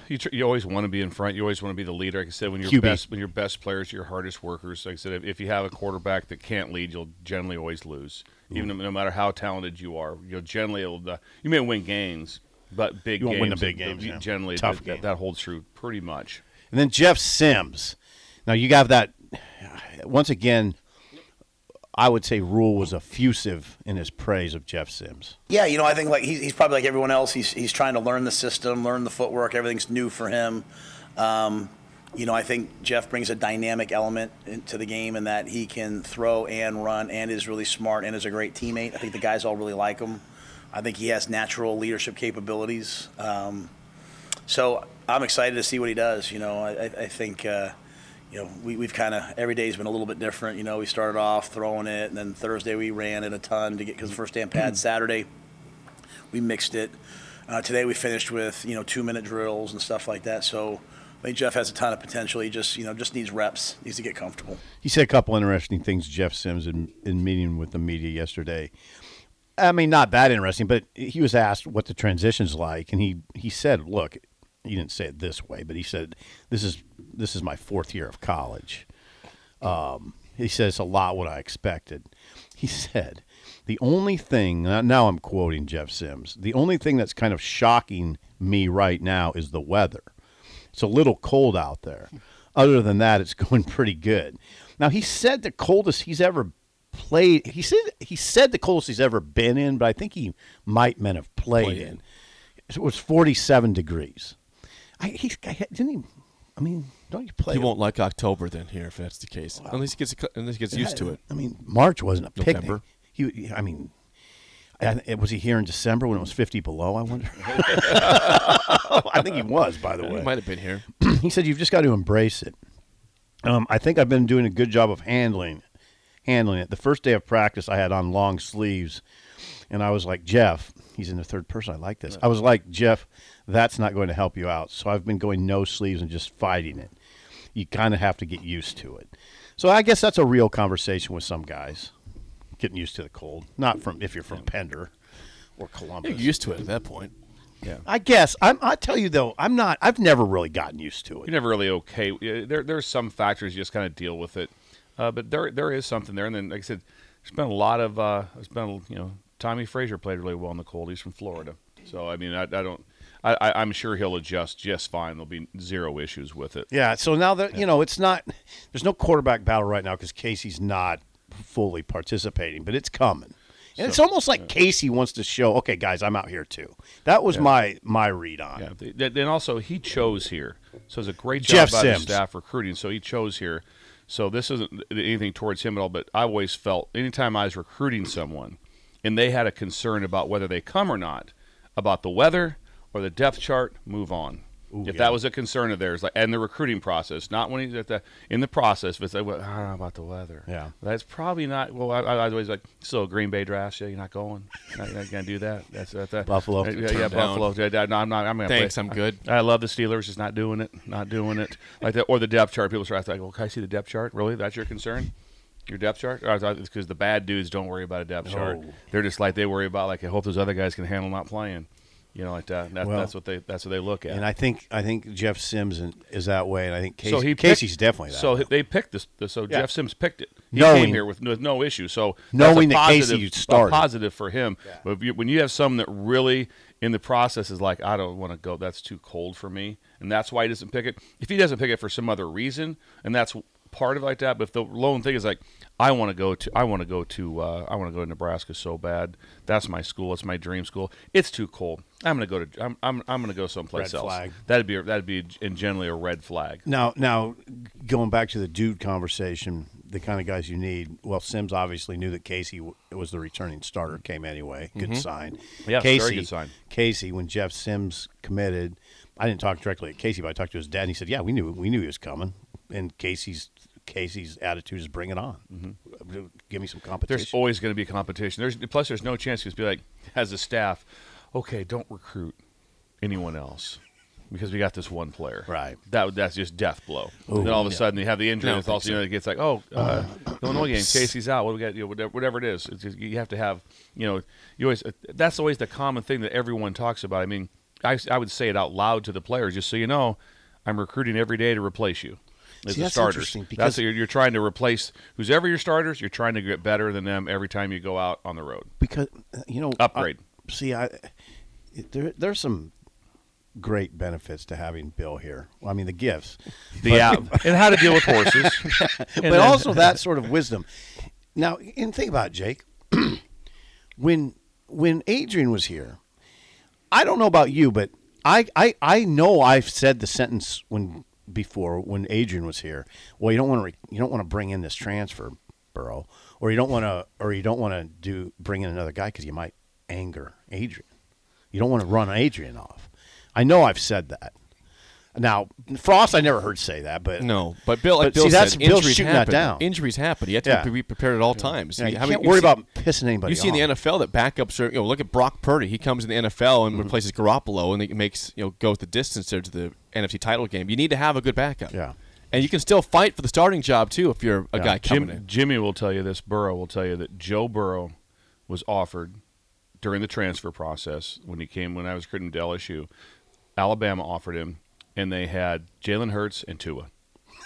Speaker 5: you, tr- you always want to be in front. You always want to be the leader. Like I said, when your
Speaker 6: QB.
Speaker 5: best when your best players are your hardest workers. Like I said, if, if you have a quarterback that can't lead, you'll generally always lose. Even
Speaker 6: Mm.
Speaker 5: no, no matter how talented you are, you'll generally it'll, uh, you may win games, but big
Speaker 6: You won't
Speaker 5: games uh,
Speaker 6: win the big games,
Speaker 5: you
Speaker 6: yeah.
Speaker 5: Generally,
Speaker 6: Tough
Speaker 5: that,
Speaker 6: game.
Speaker 5: that holds true pretty much.
Speaker 6: And then Jeff Sims. Now you got that. Once again, I would say Rule was effusive in his praise of Jeff Sims.
Speaker 7: Yeah, you know, I think like he's, he's probably like everyone else. He's he's trying to learn the system, learn the footwork. Everything's new for him. Um, you know, I think Jeff brings a dynamic element into the game in that he can throw and run, and is really smart and is a great teammate. I think the guys all really like him. I think he has natural leadership capabilities. Um, so I'm excited to see what he does. You know, I, I I think, uh, you know, we, we've kind of, every day's been a little bit different. You know, we started off throwing it, and then Thursday we ran it a ton to get, because the first day on pad, Saturday we mixed it. Uh, today we finished with, you know, two minute drills and stuff like that. So I think Jeff has a ton of potential. He just, you know, just needs reps, needs to get comfortable.
Speaker 6: He said a couple interesting things. Jeff Sims in, in meeting with the media yesterday. I mean, not that interesting, but he was asked what the transition's like, and he he said, "Look, he didn't say it this way, but he said this is this is my fourth year of college." He says a lot what I expected. He said, the only thing, now- now I'm quoting Jeff Sims, the only thing that's kind of shocking me right now is the weather. It's a little cold out there. Other than that, it's going pretty good. Now, he said the coldest he's ever played, he said, he said the coldest he's ever been in, but I think he might meant have played,
Speaker 3: Played in.
Speaker 6: in. It was 47 degrees. I, he, I didn't he, I mean, don't you play
Speaker 3: He won't like October then here if that's the case. Unless he gets unless he gets used to it.
Speaker 6: I mean, March wasn't a picnic.
Speaker 3: November.
Speaker 6: He, I mean, I- I- was he here in December when it was fifty below? I wonder. I think he was, by the
Speaker 3: He
Speaker 6: way.
Speaker 3: might have been here.
Speaker 6: He said, "You've just got to embrace it." Um, I think I've been doing a good job of handling, handling it. The first day of practice, I had on long sleeves, and I was like, "Jeff," he's in the third person. I like this. I was like, "Jeff, that's not going to help you out." So I've been going no sleeves and just fighting it. You kind of have to get used to it. So I guess that's a real conversation with some guys, getting used to the cold. Not from if you're from Pender or Columbus.
Speaker 3: You're used to it at that point.
Speaker 6: I guess I'm. I tell you though, I'm not. I've never really gotten used to it.
Speaker 5: You're never really okay. Yeah, There there's some factors you just kind of deal with it, uh, but there there is something there. And then like I said, there's been a lot of uh, there's been you know Tommy Frazier played really well in the cold. He's from Florida, so I mean I, I don't. I, I, I'm sure he'll adjust just fine. There'll be zero issues with it.
Speaker 6: Yeah. So now that you know, it's not. There's no quarterback battle right now because Casey's not fully participating, but it's coming. And it's almost like Casey wants to show, okay, guys, I'm out here too. That was my my read on.
Speaker 5: Yeah.
Speaker 6: it.
Speaker 5: th- th- Then also he chose here, so it's a great job
Speaker 6: Jeff
Speaker 5: by the
Speaker 6: Sims.
Speaker 5: staff recruiting. So he chose here. So this isn't anything towards him at all. But I always felt anytime I was recruiting someone, and they had a concern about whether they come or not, about the weather or the depth chart, move on. if that was a concern of theirs, like and the recruiting process, not when he's at the in the process, but it's like, well, I don't know about the weather.
Speaker 6: Yeah.
Speaker 5: that's probably not. Well, I, I was always like, so Green Bay drafts, yeah, you're not going, not, not gonna do that. That's that's that.
Speaker 6: Buffalo.
Speaker 5: yeah,
Speaker 3: Turn
Speaker 5: yeah,
Speaker 3: down.
Speaker 5: Buffalo. Yeah, yeah, No, I'm not. I'm gonna play-
Speaker 3: Thanks, I'm good.
Speaker 5: I love the Steelers, just not doing it, not doing it like that, or the depth chart. People start like, "Well, can I see the depth chart? Really? That's your concern? Your depth chart?" Because the bad dudes don't worry about a depth chart.
Speaker 6: No.
Speaker 5: They're just like they worry about like, "I hope those other guys can handle not playing," you know, like that. That-
Speaker 6: Well,
Speaker 5: that's what they that's what they look at.
Speaker 6: And I think I think Jeff Sims in- is that way, and I think Casey,
Speaker 5: so he
Speaker 6: Casey's
Speaker 5: picked-
Speaker 6: definitely that.
Speaker 5: So
Speaker 6: way.
Speaker 5: he- they picked this. this- So
Speaker 6: Yeah.
Speaker 5: Jeff Sims picked it. He
Speaker 6: Knowing-
Speaker 5: came here with no, no issue. So that's
Speaker 6: Knowing
Speaker 5: a
Speaker 6: that Casey
Speaker 5: positive,
Speaker 6: started.
Speaker 5: a positive for him. But if you, when you have some that really in the process is like, I don't want to go. That's too cold for me, and that's why he doesn't pick it. If he doesn't pick it for some other reason, and that's part of it like that. But if the lone thing is like, I want to go to, I want to go to, uh, I want to go to Nebraska so bad. That's my school. It's my dream school. It's too cold. I'm gonna go to, I'm, I'm, I'm gonna go someplace
Speaker 6: Red
Speaker 5: else.
Speaker 6: flag.
Speaker 5: That'd be, that'd be, in generally a red flag.
Speaker 6: Now, now, going back to the dude conversation, the kind of guys you need. Well, Sims obviously knew that Casey w- was the returning starter. Came anyway. Good sign.
Speaker 5: Mm-hmm. Yeah, very
Speaker 6: Casey,
Speaker 5: good sign.
Speaker 6: Casey, when Jeff Sims committed, I didn't talk directly to Casey, but I talked to his dad. and He said, "Yeah, we knew we knew he was coming." And Casey's Casey's attitude is, "Bring it on. Give me some competition."
Speaker 5: Mm-hmm. There's always going to be competition. There's plus there's no chance you'd be like as a staff, okay, don't recruit anyone else because we got this one player.
Speaker 6: Right.
Speaker 5: That would- that's just death blow. then all of a sudden you have the injury. and it's also you know it gets like oh uh, Illinois game Casey's out. What do we got? You know, whatever, whatever it is, it's just, you have to have you know you always uh, that's always the common thing that everyone talks about. I mean, I I would say it out loud to the players just so you know, I'm recruiting every day to replace you. As
Speaker 6: See,
Speaker 5: a
Speaker 6: that's
Speaker 5: starter,
Speaker 6: interesting
Speaker 5: that's
Speaker 6: because-
Speaker 5: you're, you're trying to replace who's ever your starters. You're trying to get better than them every time you go out on the road.
Speaker 6: because uh, you know I-
Speaker 5: Upgrade.
Speaker 6: see, I it- there there's some great benefits to having Bill here. Well, I mean, the gifts.
Speaker 5: The app and how to deal with horses,
Speaker 6: but also that sort of wisdom. Now, and think about it, Jake. when when Adrian was here, I don't know about you, but I, I I know I've said the sentence when before when Adrian was here. Well, you don't want to re, you don't want to bring in this transfer, Burrow, or you don't want to or you don't want to do bring in another guy because you might anger Adrian. You don't want to run Adrian off. I know I've said that. Now, Frost, I never heard say that, but
Speaker 3: No, but Bill, like
Speaker 6: But
Speaker 3: Bill
Speaker 6: see, that's
Speaker 3: said,
Speaker 6: Bill
Speaker 3: injuries
Speaker 6: shooting that
Speaker 3: happen.
Speaker 6: down.
Speaker 3: Injuries happen. You have to
Speaker 6: Yeah.
Speaker 3: be prepared at all times.
Speaker 6: Yeah, you
Speaker 3: How many-
Speaker 6: can't worry
Speaker 3: you've
Speaker 6: about pissing anybody
Speaker 3: You see in
Speaker 6: off.
Speaker 3: the NFL that backups are. You know, look at Brock Purdy. He comes in the NFL
Speaker 6: Mm-hmm.
Speaker 3: and replaces Garoppolo, and it makes you know goes the distance there to the NFC title game. You need to have a good backup.
Speaker 6: Yeah.
Speaker 3: and you can still fight for the starting job too if you're a guy coming
Speaker 5: Jim,
Speaker 3: in.
Speaker 5: Jimmy will tell you this. Burrow will tell you that Joe Burrow was offered during the transfer process when he came when I was recruiting him to LSU. Alabama offered him, and they had Jalen Hurts and Tua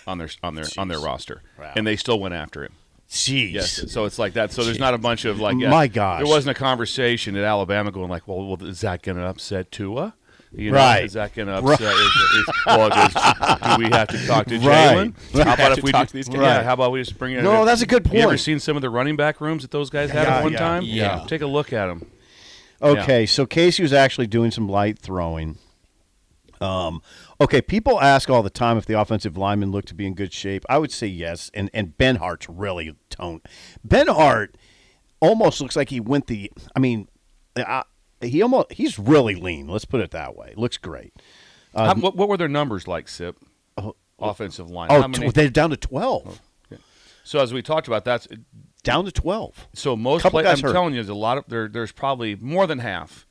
Speaker 5: on their on their on their roster, and they still went after him.
Speaker 6: Jeez.
Speaker 5: Yes. So it's like that. So there's not a bunch of like.
Speaker 6: My gosh.
Speaker 5: There wasn't a conversation at Alabama going like, well, well is that going to upset Tua? You know,
Speaker 6: Right.
Speaker 5: Is that going to upset? Is, is, well, does- do we have to talk to
Speaker 6: Right.
Speaker 5: Jalen? How about
Speaker 3: to
Speaker 5: if we
Speaker 3: talk
Speaker 5: do-
Speaker 3: to these
Speaker 5: yeah,
Speaker 3: guys.
Speaker 5: How about we just bring it?
Speaker 6: No, that's a good
Speaker 5: You ever
Speaker 6: point.
Speaker 5: seen some of the running back rooms that those guys had
Speaker 6: Yeah,
Speaker 5: at one
Speaker 6: yeah,
Speaker 5: time?
Speaker 3: yeah.
Speaker 5: Take a look at them.
Speaker 6: Okay, so Casey was actually doing some light throwing. Um, okay, people ask all the time if the offensive linemen look to be in good shape. I would say yes, and and Ben Hart's really toned. Ben Hart almost looks like he went the. I mean, I, he almost he's really lean. Let's put it that way. Looks great.
Speaker 5: How- what, what were their numbers like, Sip? Offensive line.
Speaker 6: Uh, Oh,
Speaker 5: How many-
Speaker 6: tw- they're down to twelve.
Speaker 5: so as we talked about, that's
Speaker 6: Down to twelve.
Speaker 5: So most
Speaker 6: Couple
Speaker 5: play, I'm
Speaker 6: guys hurt.
Speaker 5: telling you, there's a lot of there. There's probably more than half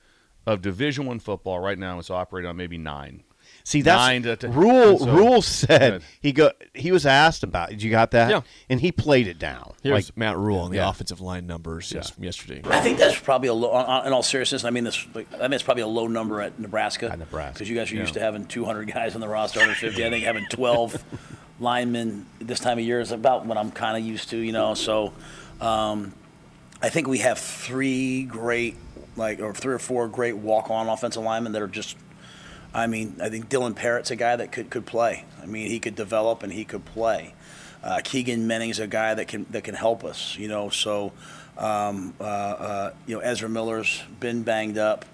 Speaker 5: of Division One football right now is operating on maybe nine.
Speaker 6: See, that's
Speaker 5: Nine to t-
Speaker 6: rule.
Speaker 5: so-
Speaker 6: rule said
Speaker 5: Good.
Speaker 6: he go. He was asked about. Did you got that?
Speaker 3: Yeah.
Speaker 6: And he played it down.
Speaker 3: Here's
Speaker 6: like
Speaker 3: Matt Rule on the
Speaker 6: Yeah.
Speaker 3: offensive line numbers yes- yesterday.
Speaker 7: I think that's probably a low. on- on- In all seriousness, I mean this. like, I mean it's probably a low number at Nebraska.
Speaker 6: At Nebraska,
Speaker 7: because you guys are used to having 200 guys on the roster, over 50. I think having 12 linemen this time of year is about what I'm kind of used to, you know. So, um, I think we have three great, like, or three or four great walk-on offensive linemen that are just. I mean, I think Dylan Parrott's a guy that could could play. I mean, he could develop and he could play. Uh, Keegan Menning's a guy that can that can help us, you know. So, um, uh, uh, you know, Ezra Miller's been banged up,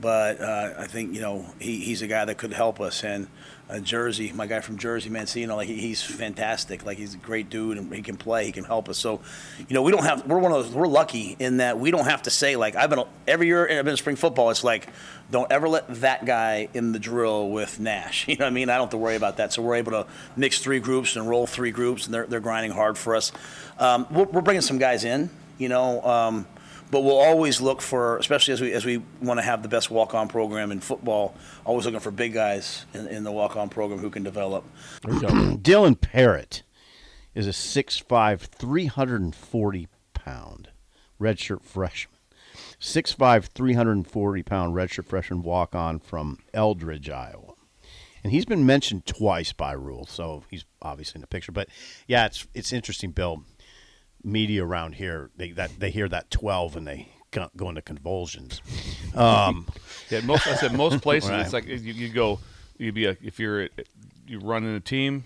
Speaker 7: but uh, I think you know he, he's a guy that could help us. And uh, Jersey, my guy from Jersey, Mancino, like he, he's fantastic. Like he's a great dude, and he can play. He can help us. So, you know, we don't have we're one of those we're lucky in that we don't have to say like I've been every year I've been in spring football. It's like don't ever let that guy in the drill with Nash. You know what I mean? I don't have to worry about that. So we're able to mix three groups and roll three groups, and they're they're grinding hard for us. Um, we're, we're bringing some guys in. You know. Um, but we'll always look for, especially as we as we want to have the best walk-on program in football. Always looking for big guys in, in the walk-on program who can develop.
Speaker 6: Dylan Parrott is a 6'5", 340 pound redshirt freshman. 6'5", 340 pound redshirt freshman walk on from Eldridge, Iowa. And he's been mentioned twice by Rule, so he's obviously in the picture. But yeah, it's it's interesting, Bill. Media around here, they that they hear that twelve and they co- go into convulsions. Um,
Speaker 5: Yeah, most I said most places
Speaker 6: Right.
Speaker 5: it's like you, you go you'd be a, if you're you run in a team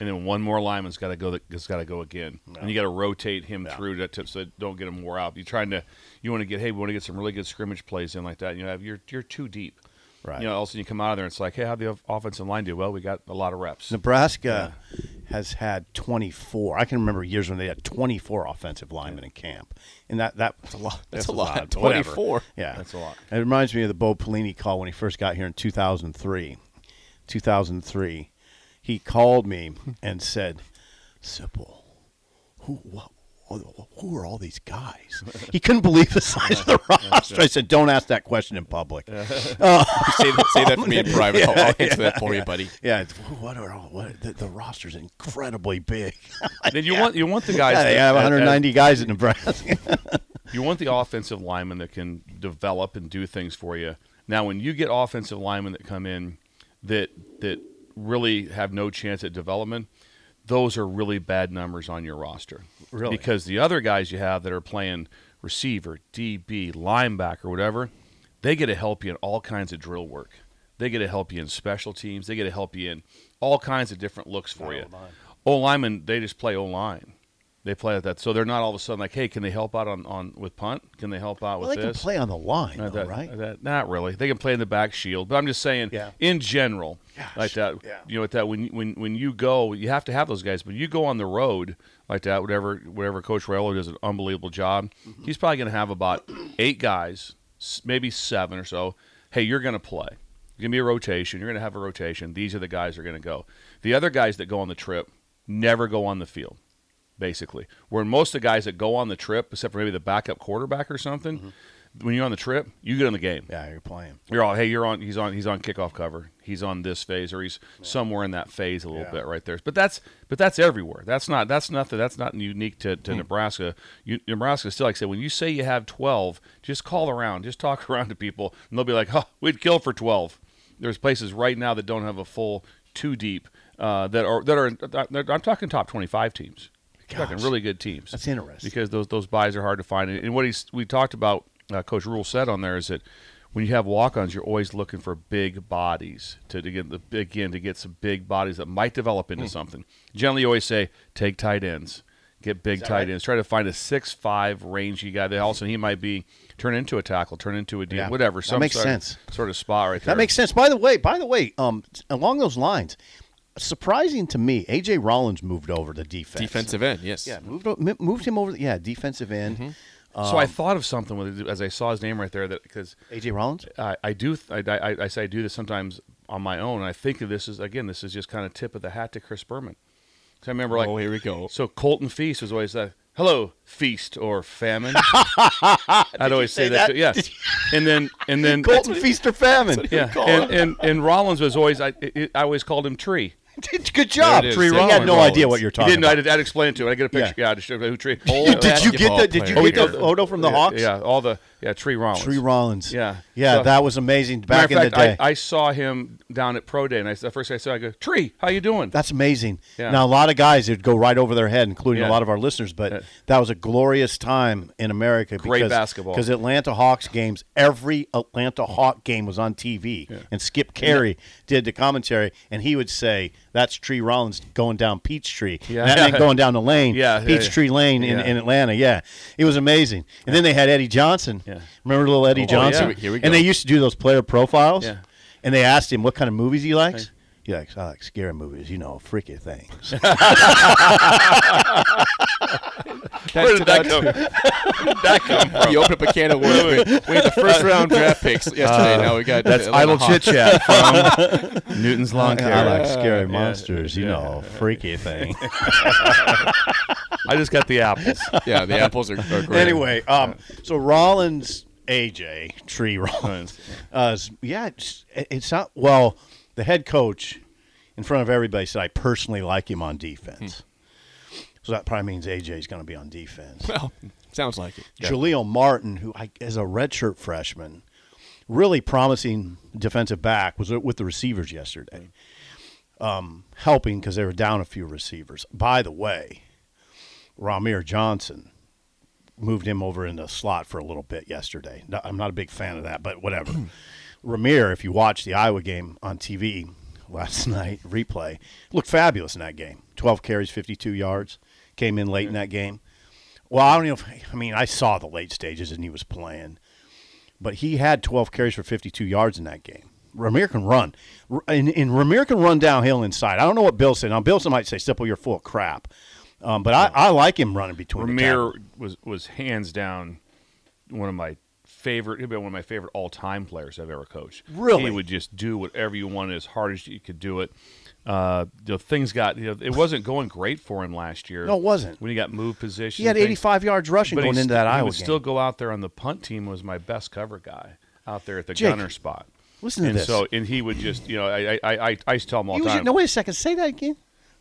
Speaker 5: and then one more lineman's got to go that's got to go again and you got to rotate him through that tip so that don't get him wore out. You're trying to you want to get hey we want to get some really good scrimmage plays in like that. You know have- you're you're too deep.
Speaker 6: Right.
Speaker 5: You know, all of a sudden you come out of there and it's like, hey, how'd the off- offensive line do? Well, we got a lot of reps.
Speaker 6: Nebraska has had 24. I can remember years when they had 24 offensive linemen in camp, and that that's a lot.
Speaker 3: That's a lot.
Speaker 6: but whatever.
Speaker 3: 24.
Speaker 6: Yeah,
Speaker 5: That's a lot.
Speaker 6: It reminds me of the Bo Pelini call when he first got here in 2003. 2003, he called me and said, "Sipple, who what?" Who are all these guys? He couldn't believe the size of the roster. I said, "Don't ask that question in public."
Speaker 3: say, that- say that for me in private. I'll, I'll answer that for you, buddy.
Speaker 6: Yeah, it's, what are all? What the, the roster's incredibly big.
Speaker 5: Then you want you want the guys.
Speaker 6: Yeah, they
Speaker 5: that-
Speaker 6: have
Speaker 5: that- that-
Speaker 6: 190 guys in Nebraska.
Speaker 5: You want the offensive lineman that can develop and do things for you. Now, when you get offensive linemen that come in that that really have no chance at development, those are really bad numbers on your roster.
Speaker 6: Really?
Speaker 5: because the other guys you have that are playing receiver, DB, linebacker, whatever, they get to help you in all kinds of drill work. They get to help you in special teams. They get to help you in all kinds of different looks for you. O linemen, they just play O line. They play at that, so they're not all of a sudden like, hey, can they help out on, on with punt? Can they help out
Speaker 6: well, they
Speaker 5: with
Speaker 6: can
Speaker 5: this?
Speaker 6: play on the line,
Speaker 5: Uh,
Speaker 6: though,
Speaker 5: that-
Speaker 6: right?
Speaker 5: that- not really. They can play in the back shield, but I'm just saying,
Speaker 6: Yeah.
Speaker 5: in general,
Speaker 6: Gosh,
Speaker 5: like that.
Speaker 6: yeah.
Speaker 5: You know, with that when when when you go, you have to have those guys. But you go on the road like that, whatever whatever Coach Rayola does an unbelievable job.
Speaker 6: Mm-hmm.
Speaker 5: He's probably going to have about eight guys, s- maybe seven or so. Hey, you're going to play. You're going to be a rotation. You're going to have a rotation. These are the guys that are going to go. The other guys that go on the trip never go on the field basically. Where most of the guys that go on the trip, except for maybe the backup quarterback or something, when you're on the trip, you get on the game.
Speaker 6: yeah, you're playing.
Speaker 5: You're all, hey, you're on. He's on. He's on kickoff cover. He's on this phase, or he's somewhere in that phase a little
Speaker 6: Yeah.
Speaker 5: bit right there. But that's but that's everywhere. That's not that's nothing. That's not unique to,
Speaker 6: Hmm.
Speaker 5: to Nebraska. You, Nebraska still like I said when you say you have twelve, just call around, just talk around to people, and they'll be like, oh, we'd kill for twelve. There's places right now that don't have a full two deep uh, that are that are. that- I'm talking top twenty-five teams. I'm talking
Speaker 6: Gosh.
Speaker 5: really good teams.
Speaker 6: That's interesting.
Speaker 5: Because those those buys are hard to find. And what he's we talked about, uh, Coach Rule said on there is that when you have walk-ons, you're always looking for big bodies to, to get the again to get some big bodies that might develop
Speaker 6: Hmm.
Speaker 5: into something. Generally, you always say take tight ends, get big tight ends. Try to find a six-five rangy guy. That also he might be turn into a tackle, turn into a D,
Speaker 6: Yeah.
Speaker 5: whatever.
Speaker 6: That
Speaker 5: Some
Speaker 6: makes
Speaker 5: sort of-
Speaker 6: sense.
Speaker 5: Sort of spot right there.
Speaker 6: That makes sense. By the way, by the way, um, along those lines, surprising to me, AJ Rollins moved over to defense.
Speaker 3: Defensive end, yes.
Speaker 6: yeah, moved o- m- moved him over. The, yeah, defensive end.
Speaker 5: so
Speaker 6: Um,
Speaker 5: I thought of something with it as I saw his name right there that because.
Speaker 6: AJ Rollins.
Speaker 5: I, I do. Th- I, I, I say I do this sometimes on my own. And I think of this as again, this is just kind of tip of the hat to Chris Berman. So I remember like,
Speaker 3: Oh, here we go.
Speaker 5: So Colton Feast was always that. Hello, feast or famine. I'd always say,
Speaker 6: say
Speaker 5: that.
Speaker 6: that?
Speaker 5: too. Yeah, and then and then
Speaker 6: Colton Feast or Famine.
Speaker 5: Yeah, and, and and Rollins was always I I- I always called him Tree.
Speaker 6: Good job.
Speaker 3: is.
Speaker 6: Tree
Speaker 3: Yeah,
Speaker 6: Rollins. had no
Speaker 3: Rollins.
Speaker 6: idea what you're
Speaker 5: He
Speaker 6: talking
Speaker 5: didn't. I
Speaker 6: about.
Speaker 5: did. I'd explain it to him. I get a picture.
Speaker 6: Yeah. Oh,
Speaker 5: Yeah, I just showed who Tree.
Speaker 6: Did you get
Speaker 3: Basketball
Speaker 6: the Did you
Speaker 3: player.
Speaker 6: get the
Speaker 5: Oh, Yeah.
Speaker 6: photo from the Hawks?
Speaker 5: Yeah, all the yeah Tree Rollins.
Speaker 6: Tree Rollins.
Speaker 5: Yeah.
Speaker 6: yeah,
Speaker 5: So-
Speaker 6: that was amazing back
Speaker 5: Matter of
Speaker 6: in the day.
Speaker 5: fact, I, I saw him down at pro day, and I, the first thing I saw, I go, "Tree, how you doing?"
Speaker 6: That's amazing.
Speaker 5: Yeah.
Speaker 6: Now a lot of guys it'd go right over their head, including
Speaker 5: Yeah.
Speaker 6: a lot of our listeners. But
Speaker 5: Yeah.
Speaker 6: that was a glorious time in America.
Speaker 5: Great
Speaker 6: because,
Speaker 5: basketball.
Speaker 6: Because Atlanta Hawks games, every Atlanta Hawk game was on TV, and Skip Carey did the commentary, and he would say, "That's Tree Rollins going down Peachtree,
Speaker 5: Yeah.
Speaker 6: and that meant going down the lane,
Speaker 5: Yeah, yeah, yeah.
Speaker 6: Peachtree Lane in,
Speaker 5: Yeah.
Speaker 6: in Atlanta." Yeah, it was amazing. And then they had Eddie Johnson.
Speaker 5: Yeah.
Speaker 6: Remember little Eddie Johnson?
Speaker 5: yeah.
Speaker 3: Oh, Here we
Speaker 6: And
Speaker 3: go.
Speaker 6: they used to do those player profiles.
Speaker 5: Yeah.
Speaker 6: And they asked him what kind of movies he likes. He likes I like scary movies, you know, freaky things.
Speaker 5: Where did that come?
Speaker 3: that come from? You open up a can of worms. We, we had the first round draft picks yesterday.
Speaker 8: Uh,
Speaker 3: now we got that's
Speaker 5: Idle chit chat from Newton's Lawn
Speaker 6: I
Speaker 5: Care.
Speaker 6: like scary monsters, you know, freaky thing.
Speaker 5: I just got the apples.
Speaker 3: Yeah, the apples are, are great.
Speaker 6: anyway, um, so Rollins, AJ Tree Rollins, uh, s- yeah, it's, it- it's not well. The head coach, in front of everybody, said I personally like him on defense.
Speaker 3: Hmm.
Speaker 6: So that probably means AJ's going to be on defense.
Speaker 3: well, sounds like it.
Speaker 6: Jaleel Martin, who I, is a redshirt freshman, really promising defensive back, was with the receivers yesterday, um, helping because they were down a few receivers. By the way, Ramir Johnson moved him over in the slot for a little bit yesterday. No, I'm not a big fan of that, but whatever. Ramir, if you watch the Iowa game on TV last night, replay, looked fabulous in that game. 12 carries, 52 yards. Came in late in that game. Well, I don't know if, I mean, I saw the late stages and he was playing, but he had 12 carries for 52 yards in that game. Ramir can run. R- And, and Ramir can run downhill inside. I don't know what Bill said. Now, Bill might say, Sipple, you're full of crap. Um, but I, I like him running between the tackles.
Speaker 5: Ramir was was hands down one of my favorite. He'd been one of my favorite all time players I've ever coached.
Speaker 6: Really?
Speaker 5: he would just do whatever you wanted as hard as you could do it. Uh, you know, things got you know, it wasn't going great for him last year.
Speaker 6: No, it wasn't.
Speaker 5: when he got moved position.
Speaker 6: He had
Speaker 5: things.
Speaker 6: 85 yards rushing
Speaker 5: But he
Speaker 6: going into
Speaker 5: st-
Speaker 6: that
Speaker 5: he
Speaker 6: Iowa
Speaker 5: would
Speaker 6: game.
Speaker 5: still go out there on the punt team was my best cover guy out there at the
Speaker 6: Jake,
Speaker 5: gunner spot.
Speaker 6: listen to
Speaker 5: and
Speaker 6: this.
Speaker 5: So and he would just you know I I I, I, I used to tell him all
Speaker 6: He
Speaker 5: the
Speaker 6: was your-
Speaker 5: time.
Speaker 6: no, wait a second. Say that again.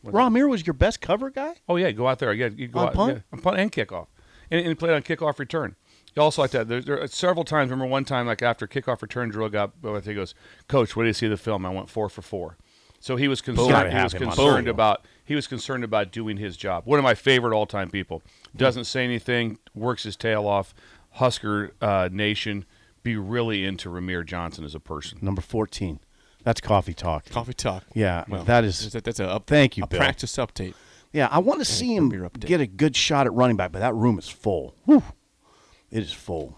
Speaker 6: Ramir was your best cover guy?
Speaker 5: Oh yeah, go out there. Yeah, you go
Speaker 6: On
Speaker 5: out
Speaker 6: punt?
Speaker 5: yeah, on punt and kickoff, and, and played on kickoff return. He also like that. There, there are several times. Remember one time, like after kickoff return drill got, Bill Belichick goes, "Coach, what do you see of the film?" I went four for four. So he was concerned. He
Speaker 6: have
Speaker 5: was
Speaker 6: him on
Speaker 5: concerned
Speaker 6: film.
Speaker 5: about. He was concerned about doing his job. One of my favorite all-time people. Doesn't say anything. Works his tail off. Husker uh, Nation. Be really into Ramir Johnson as a person.
Speaker 6: Number 14. That's coffee talk.
Speaker 8: Coffee talk.
Speaker 6: Yeah, that is-
Speaker 8: that's a, that's a up,
Speaker 6: Thank you,
Speaker 8: a
Speaker 6: Bill.
Speaker 8: practice update.
Speaker 6: Yeah, I want to see him
Speaker 8: Ramir update.
Speaker 6: get a good shot at running back, but that room is full. Whew. It is full.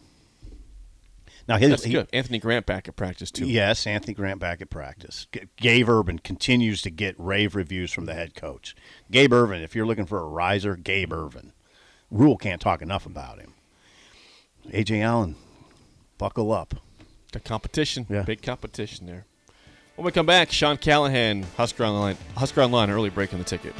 Speaker 6: Now, his,
Speaker 8: That's
Speaker 6: he-
Speaker 8: good. Anthony Grant back at practice too.
Speaker 6: Yes, Anthony Grant back at practice. G- Gabe Urban continues to get rave reviews from the head coach. Gabe Urban, if you're looking for a riser, Gabe Urban. Rule can't talk enough about him. AJ Allen, buckle up.
Speaker 8: The competition.
Speaker 6: Yeah.
Speaker 8: Big competition there. When we come back, Sean Callahan, Husker Online, Husker Online, early break on the ticket.